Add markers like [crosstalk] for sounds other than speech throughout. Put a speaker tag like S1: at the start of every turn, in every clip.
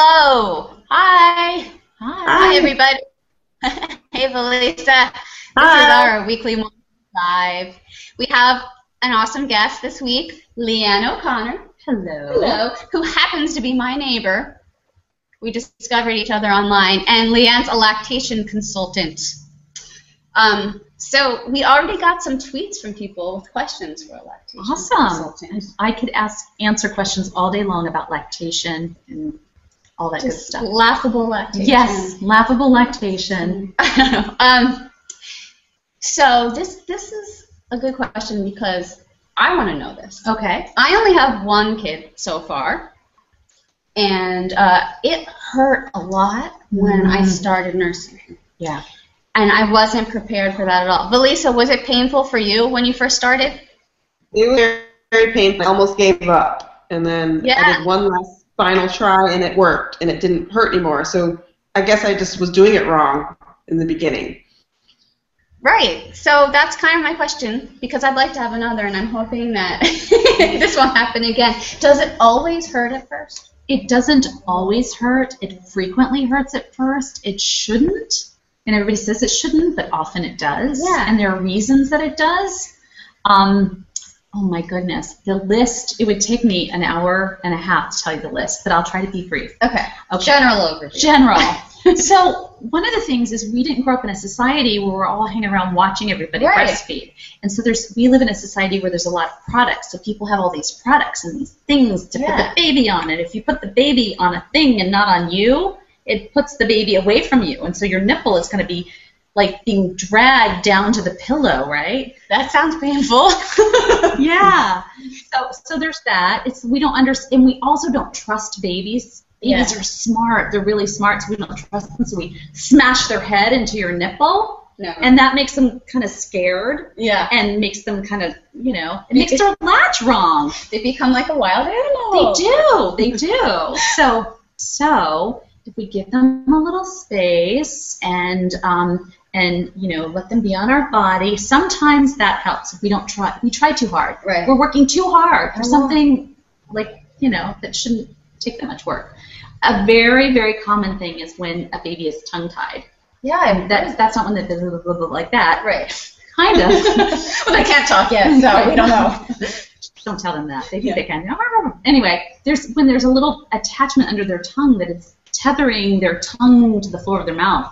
S1: Hello. Hi. Hi,
S2: Hi.
S1: everybody. [laughs] hey, Valisa. This is
S2: Hi.
S1: our weekly morning live. We have an awesome guest this week, Leanne O'Connor. Hello. Who happens to be my neighbor. We discovered each other online, and Leanne's a lactation consultant. Um, so we already got some tweets from people with questions for a lactation
S3: Awesome.
S1: consultant.
S3: I could ask answer questions all day long about lactation and all that good
S1: Just
S3: stuff.
S1: laughable lactation. Mm-hmm.
S3: Yes, laughable lactation.
S1: [laughs] um, so this this is a good question because I want to know this.
S3: Okay.
S1: I only have one kid so far, and uh, it hurt a lot when I
S3: Mm.
S1: started nursing, him,
S3: Yeah.
S1: and I wasn't prepared for that at all. Valisa, was it painful for you when you first started?
S2: It was very, very painful. I almost gave up. And then I
S1: Yeah.
S2: did one last final try, and it worked, and it didn't hurt anymore. So I guess I just was doing it wrong in the beginning.
S1: Right. So that's kind of my question because I'd like to have another, and I'm hoping that [laughs] this won't happen again. Does it always hurt at first?
S3: It doesn't always hurt. It frequently hurts at first. It shouldn't. And everybody says it shouldn't, but often it does.
S1: Yeah.
S3: And there are reasons that it does. Um, oh my goodness. The list, it would take me an hour and a half to tell you the list, but I'll try to be brief.
S1: Okay.
S3: Okay.
S1: General overview.
S3: [laughs] general. so one of the things is we didn't grow up in a society where we're all hanging around watching everybody
S1: Right.
S3: breastfeed. And so there's we live in a society where there's a lot of products. So people have all these products and these things to put
S1: Yeah.
S3: the baby on. And if you put the baby on a thing and not on you, it puts the baby away from you. And so your nipple is going to be like being dragged down to the pillow, right?
S1: That sounds painful. [laughs]
S3: yeah. [laughs] So so there's that. It's we don't understand. And we also don't trust babies. Babies
S1: Yeah.
S3: are smart. They're really smart, so we don't trust them. So we smash their head into your nipple,
S1: no.
S3: and that makes them kind of scared
S1: yeah,
S3: and makes them kind of you know it
S1: They-
S3: makes their latch wrong.
S1: they become like a wild
S3: They
S1: animal.
S3: do. They do. So so if we give them a little space and um, and you know let them be on our body, sometimes that helps. If we don't try, we try too hard
S1: Right.
S3: we're working too hard for
S1: Oh.
S3: something like you know that shouldn't take that much work. A very very common thing is when a baby is tongue tied.
S1: Yeah.
S3: And that that's not when they blah, blah, blah, blah, like that.
S1: right. [laughs]
S3: Kind of.
S1: well, they can't talk yet, so we don't know.
S3: don't tell them that. They think
S1: Yeah.
S3: they can. Anyway, there's when there's a little attachment under their tongue that is tethering their tongue to the floor of their mouth,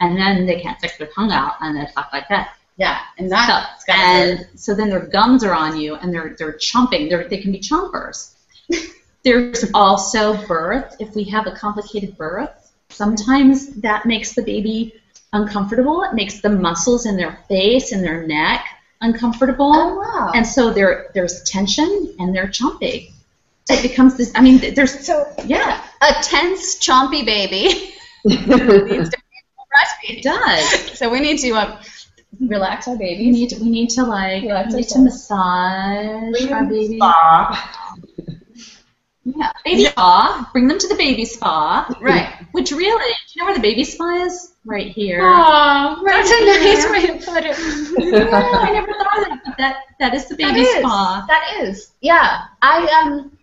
S3: and then they can't stick their tongue out and they talk like that.
S1: Yeah, and
S3: So,
S1: that's gotta hurt.
S3: and so then their gums are on you, and they're they're chomping. They're, they can be chompers. [laughs] There's also birth. If we have a complicated birth, sometimes that makes the baby uncomfortable. It makes the muscles in their face and their neck uncomfortable,
S1: Oh wow.
S3: and so there there's tension and they're chomping. So it becomes this. I mean, th- there's
S1: so
S3: yeah,
S1: a tense, chompy baby [laughs] needs
S2: [laughs]
S1: to be breastfeeding.
S3: it does.
S1: So we need to um, relax our
S3: We
S1: babies.
S3: need to, we need to like
S1: Yeah,
S3: we need to
S1: okay.
S3: massage our baby.
S2: Spa.
S3: Yeah, baby spa. Bring them to the baby spa.
S1: Right.
S3: Which really, do you know where the baby spa is? Right here.
S1: [laughs] Oh, that's a nice
S3: Yeah.
S1: way to put it.
S3: Yeah, I never thought of that. But that that is the
S1: That
S3: baby
S1: is.
S3: spa.
S1: That is. Yeah. I um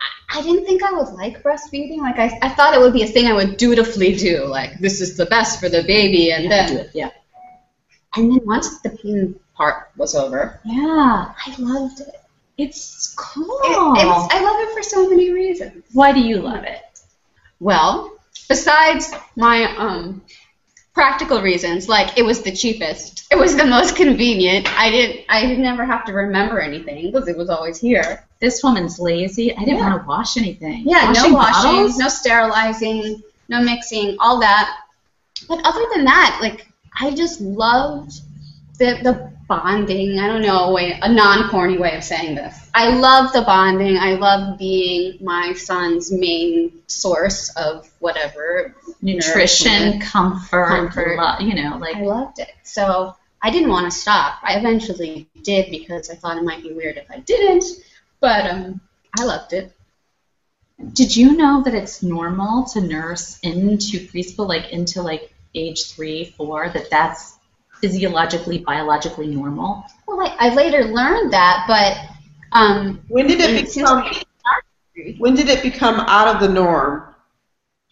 S1: I- I didn't think I would like breastfeeding. Like I, I thought it would be a thing I would dutifully do. Like this is the best for the baby and then
S3: Yeah.
S1: and then once the pain part was over,
S3: Yeah.
S1: I loved it.
S3: It's cool.
S1: It- it was, I love it for so many reasons.
S3: Why do you love it?
S1: Well, besides my um, practical reasons, like it was the cheapest, it was the most convenient. I didn't, I didn't never have to remember anything because it was always here.
S3: This woman's lazy. I didn't
S1: Yeah.
S3: want to wash anything.
S1: Yeah,
S3: washing
S1: no washing,
S3: bottles?
S1: no sterilizing, no mixing, all that. But other than that, like I just loved the the bonding. I don't know a way, a non corny way of saying this. I love the bonding. I love being my son's main source of whatever
S3: Nutrition, comfort,
S1: Comfort.
S3: lo- you know, like
S1: I loved it. So I didn't want to stop. I eventually did because I thought it might be weird if I didn't. But um, I loved it.
S3: Did you know that it's normal to nurse into preschool, like into like age three, four? That that's physiologically, biologically normal.
S1: Well, I, I later learned that, but um,
S2: When did it
S1: it seems
S2: become?
S1: like
S2: When did it become out of the norm?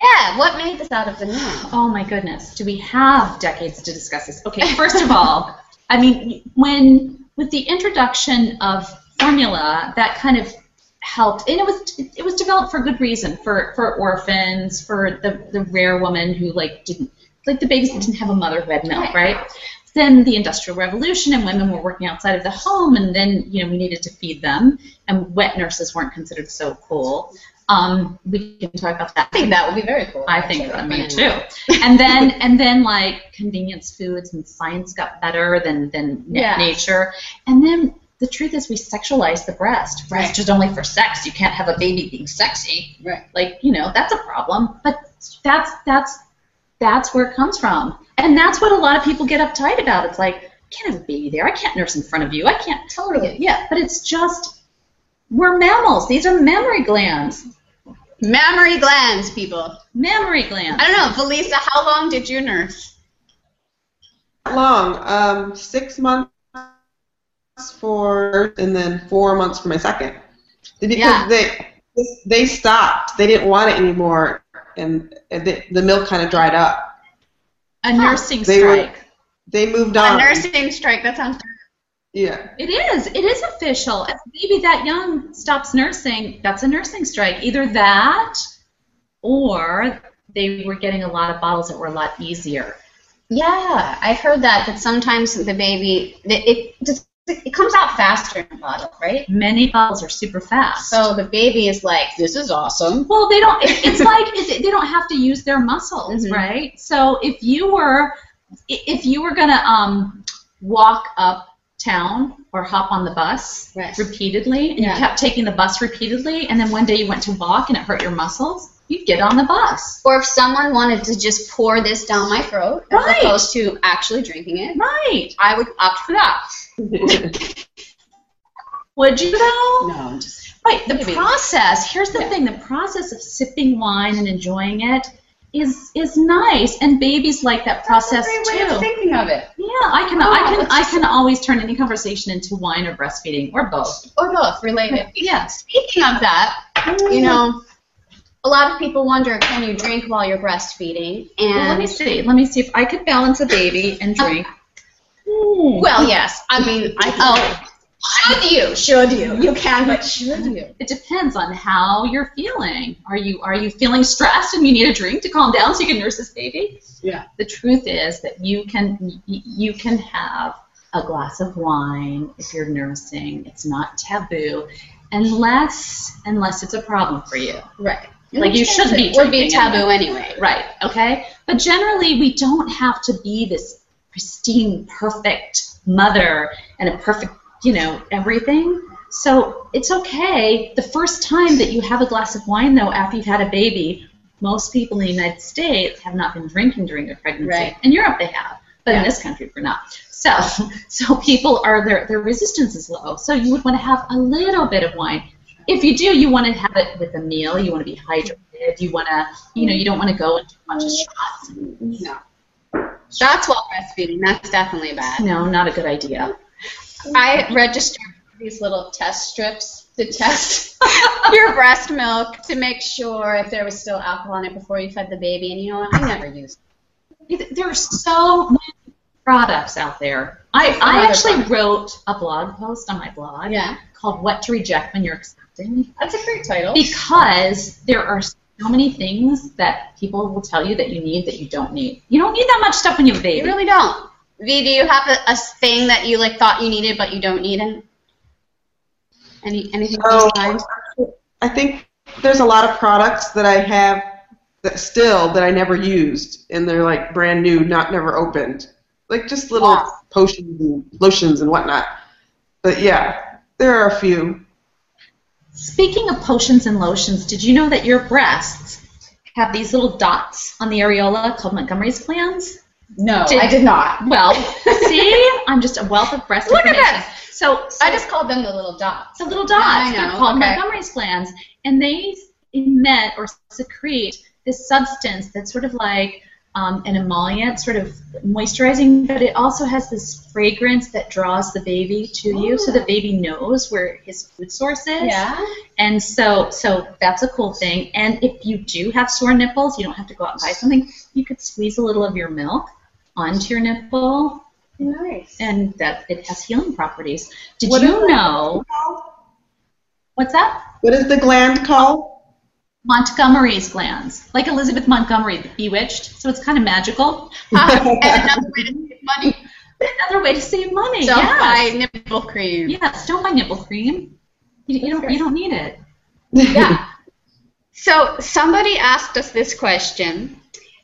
S1: Yeah, what made this out of the norm?
S3: Oh my goodness, do we have decades to discuss this? Okay, first of all, [laughs] I mean, when with the introduction of formula, that kind of helped, and it was it was developed for good reason for for orphans, for the the rare woman who like didn't like the babies that didn't have a mother who had milk, right? Then the Industrial Revolution and women were working outside of the home, and then you know we needed to feed them, and wet nurses weren't considered so cool. Um, we can talk about that.
S1: I think that would be very cool.
S3: I think that me too. And then and then like convenience foods and science got better than than na-
S1: Yeah.
S3: nature. And then the truth is we sexualized the breast. Breast
S1: Right.
S3: is only for sex. You can't have a baby being sexy.
S1: Right.
S3: Like you know that's a problem. But that's that's that's where it comes from. And that's what a lot of people get uptight about. It's like I can't have a baby there. I can't nurse in front of you. I can't tolerate. Yeah, but it's just we're mammals. These are mammary glands.
S1: Mammary glands, people.
S3: Mammary glands.
S1: I don't know, Felisa, how long did you nurse?
S2: Not long. Um, six months for, and then four months for my second. Because
S1: Yeah.
S2: they they stopped. They didn't want it anymore, and the, the milk kind of dried up.
S3: A
S1: Huh.
S3: nursing
S2: They were-
S3: strike.
S2: They moved
S1: A
S3: Um,
S2: on.
S1: nursing strike, that sounds
S2: Yeah.
S3: It is. It is official. If a baby that young stops nursing, that's a nursing strike. Either that, or they were getting a lot of bottles that were a lot easier.
S1: Yeah, I've heard that, that sometimes the baby, that it just, it comes out faster in a bottle, right?
S3: Many bottles are super fast.
S1: So the baby is like, this is awesome.
S3: well, they don't. It, it's like it, they don't have to use their muscles,
S1: Mhm.
S3: right? So if you were, i- if you were gonna um, walk up town or hop on the bus
S1: Right.
S3: repeatedly, and
S1: Yeah.
S3: you kept taking the bus repeatedly, and then one day you went to walk and it hurt your muscles, you'd get on the bus.
S1: Or if someone wanted to just pour this down my throat as
S3: Right.
S1: opposed to actually drinking it,
S3: Right.
S1: I would opt for that.
S3: Would you though?
S1: No, just
S3: Right. The
S1: Maybe.
S3: process. Here's the
S1: Yeah.
S3: thing. The process of sipping wine and enjoying it is is nice, and babies like that process
S1: That's a
S3: too.
S1: great way of thinking of it.
S3: yeah, I can
S1: Oh,
S3: I can
S1: that's
S3: I can always turn any conversation into wine or breastfeeding or both.
S1: Or both, related.
S3: Yeah.
S1: Speaking of that, you know, a lot of people wonder, can you drink while you're breastfeeding? And
S3: Well, let me see. Let me see if I could balance a baby
S1: [laughs]
S3: and drink. Well,
S1: Well, yes. I mean, I oh, should you? Should you? You can, but should you?
S3: it depends on how you're feeling. Are you are you feeling stressed and you need a drink to calm down so you can nurse this baby?
S1: Yeah.
S3: The truth is that you can y- you can have a glass of wine if you're nursing. It's not taboo, unless unless it's a problem for you.
S1: Right.
S3: Like, you shouldn't be
S1: It would be
S3: drinking anyway.
S1: taboo anyway.
S3: Right. Okay. But generally, we don't have to be this pristine, perfect mother and a perfect, you know, everything. So it's okay. The first time that you have a glass of wine, though, after you've had a baby, most people in the United States have not been drinking during their pregnancy.
S1: Right.
S3: In Europe, they have, but in
S1: Yeah.
S3: this country, we're not. So, [laughs] so people are their their resistance is low. So you would want to have a little bit of wine. If you do, you want to have it with a meal. You want to be hydrated. You want to, you know, you don't want to go into much shots.
S1: No. That's while breastfeeding. That's definitely bad.
S3: No, not a good idea.
S1: I registered these little test strips to [laughs] test your breast milk to make sure if there was still alcohol in it before you fed the baby. And you know what? I never used.
S3: There are so many products out there. I,
S1: Another
S3: I actually
S1: product.
S3: wrote a blog post on my blog
S1: Yeah.
S3: called "What to Reject When You're Expecting."
S1: That's a great title.
S3: because there are so many things that people will tell you that you need that you don't need. You don't need that much stuff when you have a
S1: You
S3: baby.
S1: really don't. V, do you have a, a thing that you like thought you needed but you don't need it? Any anything
S2: Oh,
S1: comes to mind?
S2: I think there's a lot of products that I have that still that I never used, and they're like brand new, not never opened, like just little
S1: Yeah.
S2: potions and lotions and whatnot. But yeah, there are a few.
S3: Speaking of potions and lotions, did you know that your breasts have these little dots on the areola called Montgomery's glands?
S1: No,
S3: Did-
S1: I did not.
S3: Well,
S1: [laughs]
S3: see, I'm just a wealth of breast
S1: Look at
S3: information.
S1: this.
S3: So, so
S1: I just called them the little dots.
S3: the little
S1: I
S3: dots.
S1: know,
S3: They're called
S1: okay.
S3: Montgomery's glands, and they emit or secrete this substance that's sort of like um, an emollient, sort of moisturizing, but it also has this fragrance that draws the baby to you, so the baby knows where his food source is.
S1: Oh. Yeah.
S3: And so, so that's a cool thing. And if you do have sore nipples, you don't have to go out and buy something. You could squeeze a little of your milk onto your nipple,
S1: Nice.
S3: and that it has healing properties. Did
S2: What
S3: you
S2: is-
S3: know? What's that?
S2: What is the gland called?
S3: Montgomery's glands, like Elizabeth Montgomery, the Bewitched. So it's kind of magical.
S1: Ah, [laughs] and another way to save money.
S3: Another way to save money.
S1: Don't
S3: yes.
S1: buy nipple cream.
S3: Yes, don't buy nipple cream. You, you don't. You don't need it.
S1: Yeah. So somebody asked us this question,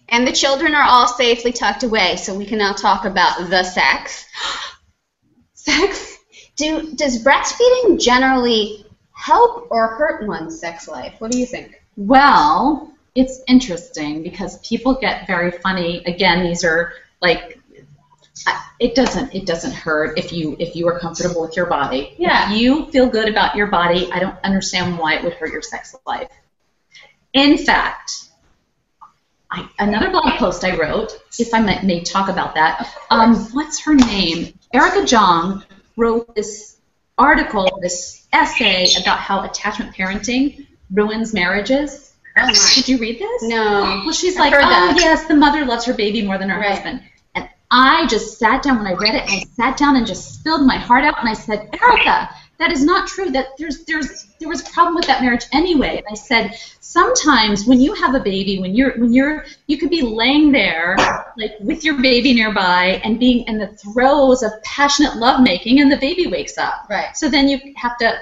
S1: and the children are all safely tucked away, so we can now talk about the sex. [gasps] sex? Do does breastfeeding generally help or hurt one's sex life? What do you think?
S3: Well, it's interesting because people get very funny. Again, these are like I- it doesn't it doesn't hurt if you if you are comfortable with your body.
S1: Yeah.
S3: If you feel good about your body, I don't understand why it would hurt your sex life. In fact, I, another blog post I wrote, if I may, may talk about that. Um, what's her name? Erica Jong wrote this article, this essay about how attachment parenting ruins marriages.
S1: Oh my.
S3: Did you read this?
S1: No.
S3: Well, she's
S1: I've
S3: like,
S1: heard
S3: oh
S1: that."
S3: yes, the mother loves her baby more than her
S1: Right.
S3: husband. And I just sat down when I read it. I sat down and just spilled my heart out, and I said, Erica, that is not true. That there's there's there was a problem with that marriage anyway. And I said, sometimes when you have a baby, when you're when you're you could be laying there like with your baby nearby and being in the throes of passionate lovemaking, and the baby wakes up.
S1: Right.
S3: So then you have to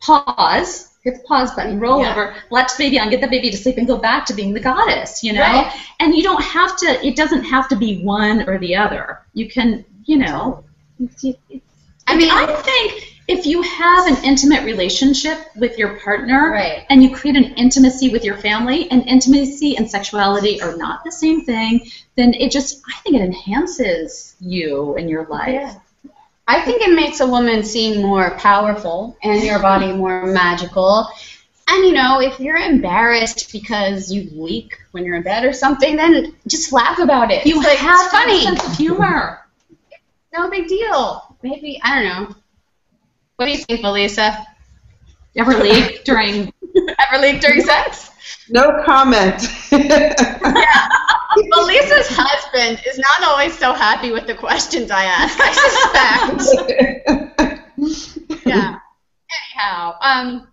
S3: pause, hit the pause button, roll
S1: Yeah.
S3: over, latch the baby on, get the baby to sleep, and go back to being the goddess, you know?
S1: Right.
S3: And you don't have to, it doesn't have to be one or the other. You can, you know,
S1: I mean,
S3: I think if you have an intimate relationship with your partner
S1: Right.
S3: and you create an intimacy with your family, and intimacy and sexuality are not the same thing, then it just, I think it enhances you and your life.
S1: Yeah. I think it makes a woman seem more powerful and your body more magical. And you know, if you're embarrassed because you leak when you're in bed or something, then just laugh about it.
S3: You
S1: It's like,
S3: have
S1: it's funny.
S3: a sense of humor.
S1: No big deal. Maybe I don't know. What do you think, Melissa? [laughs]
S3: Ever leak during
S1: Ever leak during sex?
S2: [laughs] No comment.
S1: Melissa's husband is not always so happy with the questions I ask. I suspect. yeah. Anyhow, um,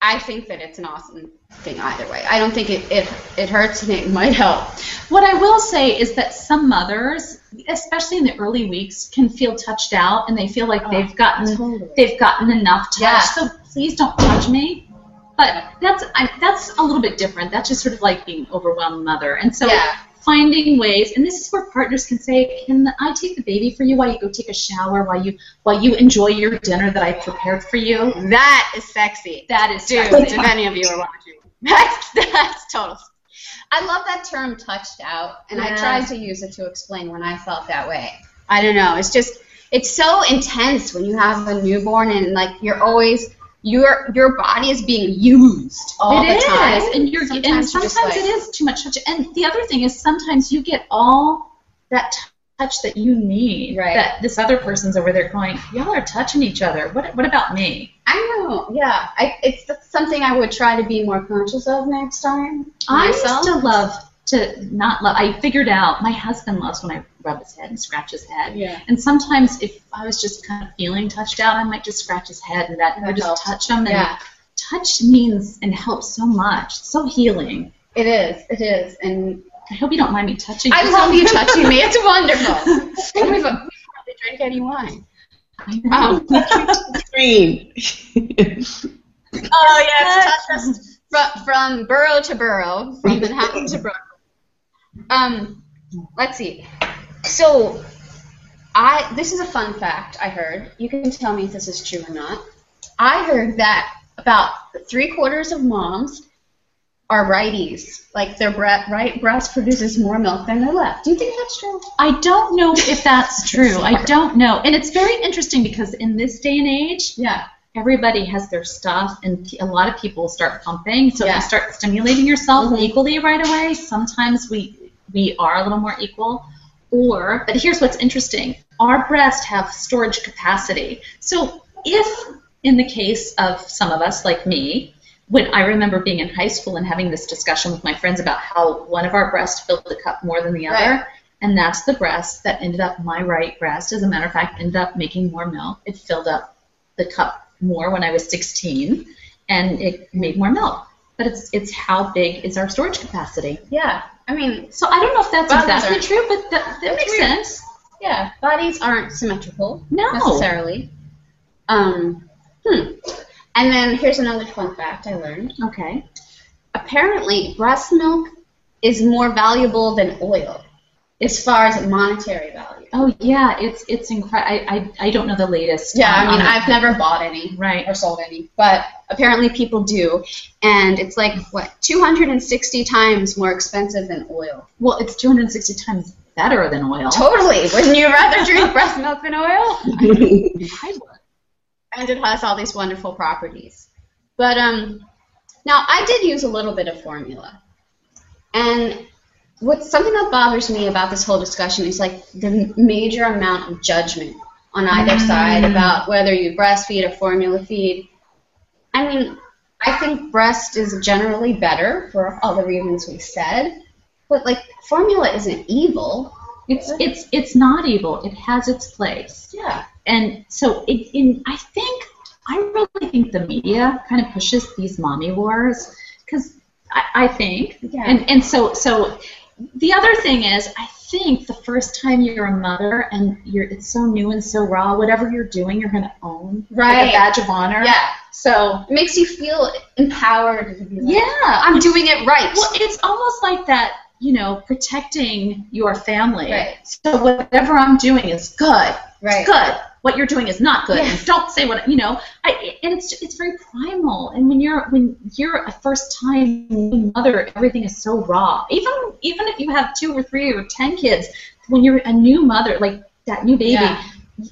S1: I think that it's an awesome thing either way. I don't think it it, it hurts and it might help.
S3: What I will say is that some mothers, especially in the early weeks, can feel touched out and they feel like
S1: Oh,
S3: they've gotten
S1: Totally.
S3: they've gotten enough touch.
S1: Yeah.
S3: So please don't touch me. But that's I, that's a little bit different. That's just sort of like being overwhelmed mother. And so
S1: yeah.
S3: finding ways, and this is where partners can say, "Can I take the baby for you while you go take a shower, while you while you enjoy your dinner that I prepared for you?"
S1: That is sexy.
S3: That is
S1: Dude,
S3: sexy.
S1: if any of you are watching, [laughs] that's, that's total. I love that term touched out, and I
S3: Yeah.
S1: tried to use it to explain when I felt that way. I don't know. It's just, it's so intense when you have a newborn and like you're always, your your body is being used all
S3: It
S1: the
S3: is,
S1: time.
S3: and you're
S1: Sometimes
S3: and
S1: you're just
S3: sometimes
S1: like-
S3: it is too much touch. And the other thing is sometimes you get all that t- touch that you need.
S1: Right.
S3: That this other person's over there going, y'all are touching each other. What what about me?
S1: I know. Yeah. I, it's that's something I would try to be more conscious of next time.
S3: I
S1: myself.
S3: used to love to not love. I figured out my husband loves when I rub his head and scratch his head.
S1: Yeah.
S3: And sometimes if I was just kind of feeling touched out, I might just scratch his head and that,
S1: That
S3: or just
S1: helps.
S3: touch him. And
S1: Yeah.
S3: touch means and helps so much. It's so healing.
S1: It is. It is. And
S3: I hope you don't mind me touching.
S1: I
S3: you. [laughs]
S1: love you touching me. It's wonderful. And [laughs] we've, we hardly drink any wine.
S3: I know.
S1: Um,
S2: [laughs] Green.
S1: oh yes, touch us from, uh, from borough to borough, from Manhattan to Brooklyn. Um, let's see. So, I this is a fun fact I heard. You can tell me if this is true or not. I heard that about three quarters of moms are righties. Like their bre- right breast produces more milk than their left. Do you think that's true?
S3: I don't know if that's true. I don't know. And it's very interesting because in this day and age,
S1: Yeah.
S3: everybody has their stuff, and p- a lot of people start pumping. So if
S1: Yeah.
S3: you start stimulating yourself
S2: Mhm.
S3: equally right away, sometimes we we are a little more equal. Or, but here's what's interesting: our breasts have storage capacity. So if, in the case of some of us, like me, when I remember being in high school and having this discussion with my friends about how one of our breasts filled the cup more than the other,
S1: Right.
S3: and that's the breast that ended up my right breast. As a matter of fact, ended up making more milk. It filled up the cup more when I was 16, and it made more milk. But it's it's how big is our storage capacity?
S1: Yeah. I mean,
S3: So I don't know if that's
S1: Bodies
S3: exactly
S1: aren't-
S3: true, but that, that
S1: That's
S3: makes
S1: weird.
S3: sense.
S1: yeah, bodies aren't symmetrical
S3: No.
S1: necessarily. Um, hmm. And then here's another fun fact I learned.
S3: Okay.
S1: Apparently, breast milk is more valuable than oil as far as monetary value.
S3: Oh yeah, it's it's incredible. I, I I don't know the latest.
S1: Yeah, I
S3: um,
S1: mean,
S3: on it.
S1: I've never bought any.
S3: right.
S1: or sold any, but apparently people do, and it's like what 260 times more expensive than oil.
S3: Well, it's 260 times better than oil.
S1: Totally. Wouldn't you rather [laughs] drink breast milk than oil?
S3: I would.
S1: And it has all these wonderful properties. But um, now I did use a little bit of formula, and what something that bothers me about this whole discussion is like the major amount of judgment on either
S3: Mm.
S1: side about whether you breastfeed or formula feed. I mean, I think breast is generally better for all the reasons we said, but like formula isn't evil.
S3: It's it's it's not evil. It has its place.
S1: Yeah.
S3: and so it, in I think I really think the media kind of pushes these mommy wars because I, I think
S1: Yeah.
S3: and and so so the other thing is I think the first time you're a mother and you're it's so new and so raw whatever you're doing you're gonna own like
S1: Right.
S3: a badge of honor
S1: yeah.
S3: so
S1: It makes you feel empowered to be like,
S3: yeah
S1: I'm doing it right.
S3: Well, it's almost like that, you know, protecting your family.
S1: Right.
S3: So whatever I'm doing is good.
S1: Right.
S3: It's good. What you're doing is not good.
S1: Yeah.
S3: And don't say what you know. I, and it's it's very primal. And when you're when you're a first time new mother, everything is so raw. Even even if you have two or three or ten kids, when you're a new mother, like that new baby,
S1: Yeah.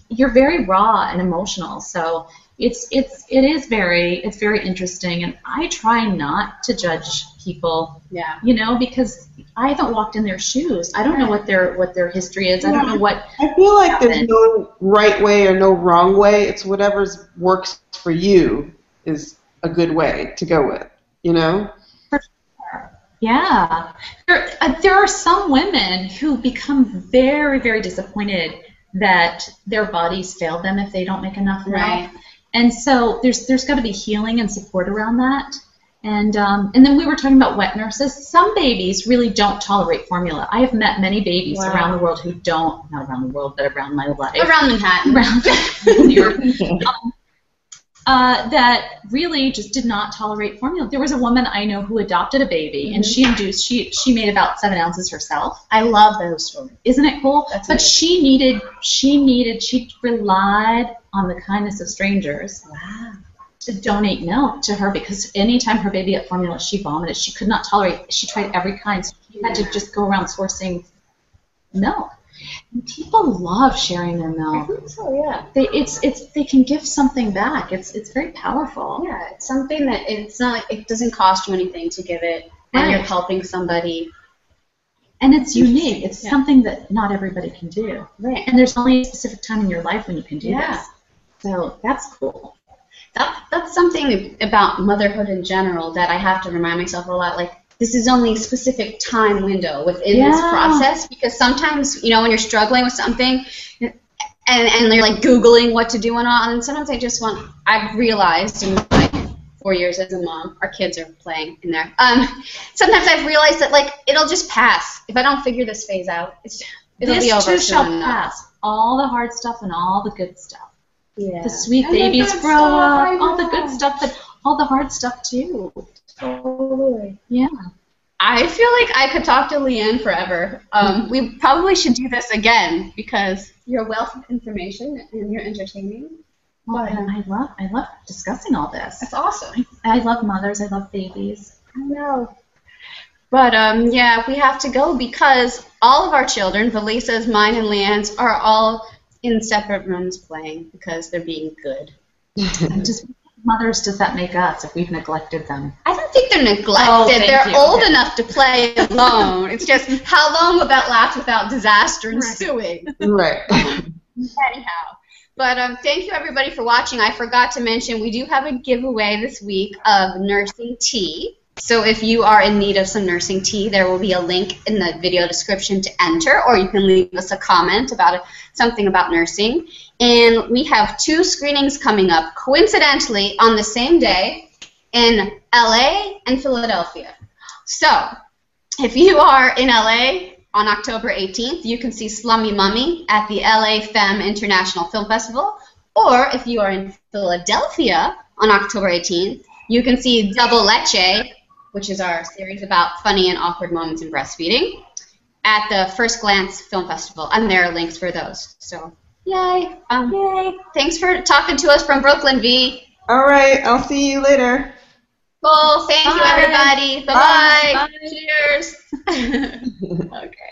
S3: you're very raw and emotional. So it's it's it is very it's very interesting. And I try not to judge people
S1: Yeah.
S3: you know because i haven't walked in their shoes i don't know what their what their history is i don't know what
S2: I feel like there's no right way or no wrong way. It's whatever's works for you is a good way to go with. You know?
S3: yeah there, uh, there are some women who become very very disappointed that their bodies fail them if they don't make enough milk
S1: Right.
S3: and so there's there's got to be healing and support around that and um, and then we were talking about wet nurses some babies really don't tolerate formula i have met many babies
S1: Wow.
S3: around the world who don't not around the world but around my life
S1: Around Manhattan.
S3: around [laughs] Europe, um, uh, that really just did not tolerate formula. There was a woman I know who adopted a baby, and
S1: Mhm.
S3: she induced she she made about seven ounces herself.
S1: I love those stories.
S3: Isn't it cool?
S1: That's
S3: but
S1: amazing.
S3: she needed she needed she relied on the kindness of strangers. Wow. To donate milk to her because anytime her baby got formula, she vomited. She could not tolerate. She tried every kind. So she had to just go around sourcing milk. And people love sharing their milk
S1: think so, yeah.
S3: they it's it's they can give something back. It's it's very powerful.
S1: Yeah, it's something that it's not like it doesn't cost you anything to give it, and you're
S3: Right.
S1: helping somebody.
S3: And it's unique. It's
S1: Yeah.
S3: something that not everybody can do.
S1: Right.
S3: And there's only a specific time in your life when you can do
S1: Yeah.
S3: this. So that's cool.
S1: That, that's something about motherhood in general that I have to remind myself a lot. Like, this is only a specific time window within this
S3: Yeah.
S1: process because sometimes, you know, when you're struggling with something and, and you're like Googling what to do and all, and sometimes I just want, I've realized in my four years as a mom, our kids are playing in there. Um, sometimes I've realized that, like, it'll just pass. If I don't figure this phase out, it's, it'll
S3: this
S1: be over.
S3: too
S1: soon
S3: shall
S1: enough.
S3: pass. All the hard stuff and all the good stuff.
S1: Yeah.
S3: The sweet
S1: And the
S3: babies
S1: good
S3: grow
S1: stuff,
S3: up.
S1: I
S3: All the good
S1: know.
S3: stuff, but all the hard stuff too.
S1: Totally.
S3: Yeah.
S1: I feel like I could talk to Leanne forever. Um, we probably should do this again because your wealth of information and you're entertaining.
S3: Well,
S1: But, um,
S3: I love I love discussing all this.
S1: That's awesome.
S3: I love mothers. I
S1: [laughs]
S3: love babies.
S1: I know. But um, yeah, we have to go because all of our children, Valisa's, mine, and Leanne's, are all in separate rooms playing because they're being good.
S3: I just mothers does that make us if we've neglected them?
S1: I don't think they're neglected.
S3: Oh, thank
S1: they're
S3: you.
S1: old
S3: Okay.
S1: enough to play alone. it's just how long will that last without disaster ensuing?
S2: Right. [laughs]
S1: Anyhow. But um, thank you everybody for watching. I forgot to mention we do have a giveaway this week of nursing tea. So if you are in need of some nursing tea, there will be a link in the video description to enter, or you can leave us a comment about it, something about nursing. And we have two screenings coming up, coincidentally, on the same day in LA and Philadelphia. So if you are in LA on October 18th, you can see Slummy Mummy at the LA Femme International Film Festival. Or if you are in Philadelphia on October 18th, you can see Double Leche, which is our series about funny and awkward moments in breastfeeding, at the First Glance Film Festival. And there are links for those. So, yay! Um, yay! Thanks for talking to us from Brooklyn, V.
S2: All right. I'll see you later.
S1: Cool. Thank you,
S3: Bye.
S1: everybody. Bye-bye. Cheers. [laughs] okay.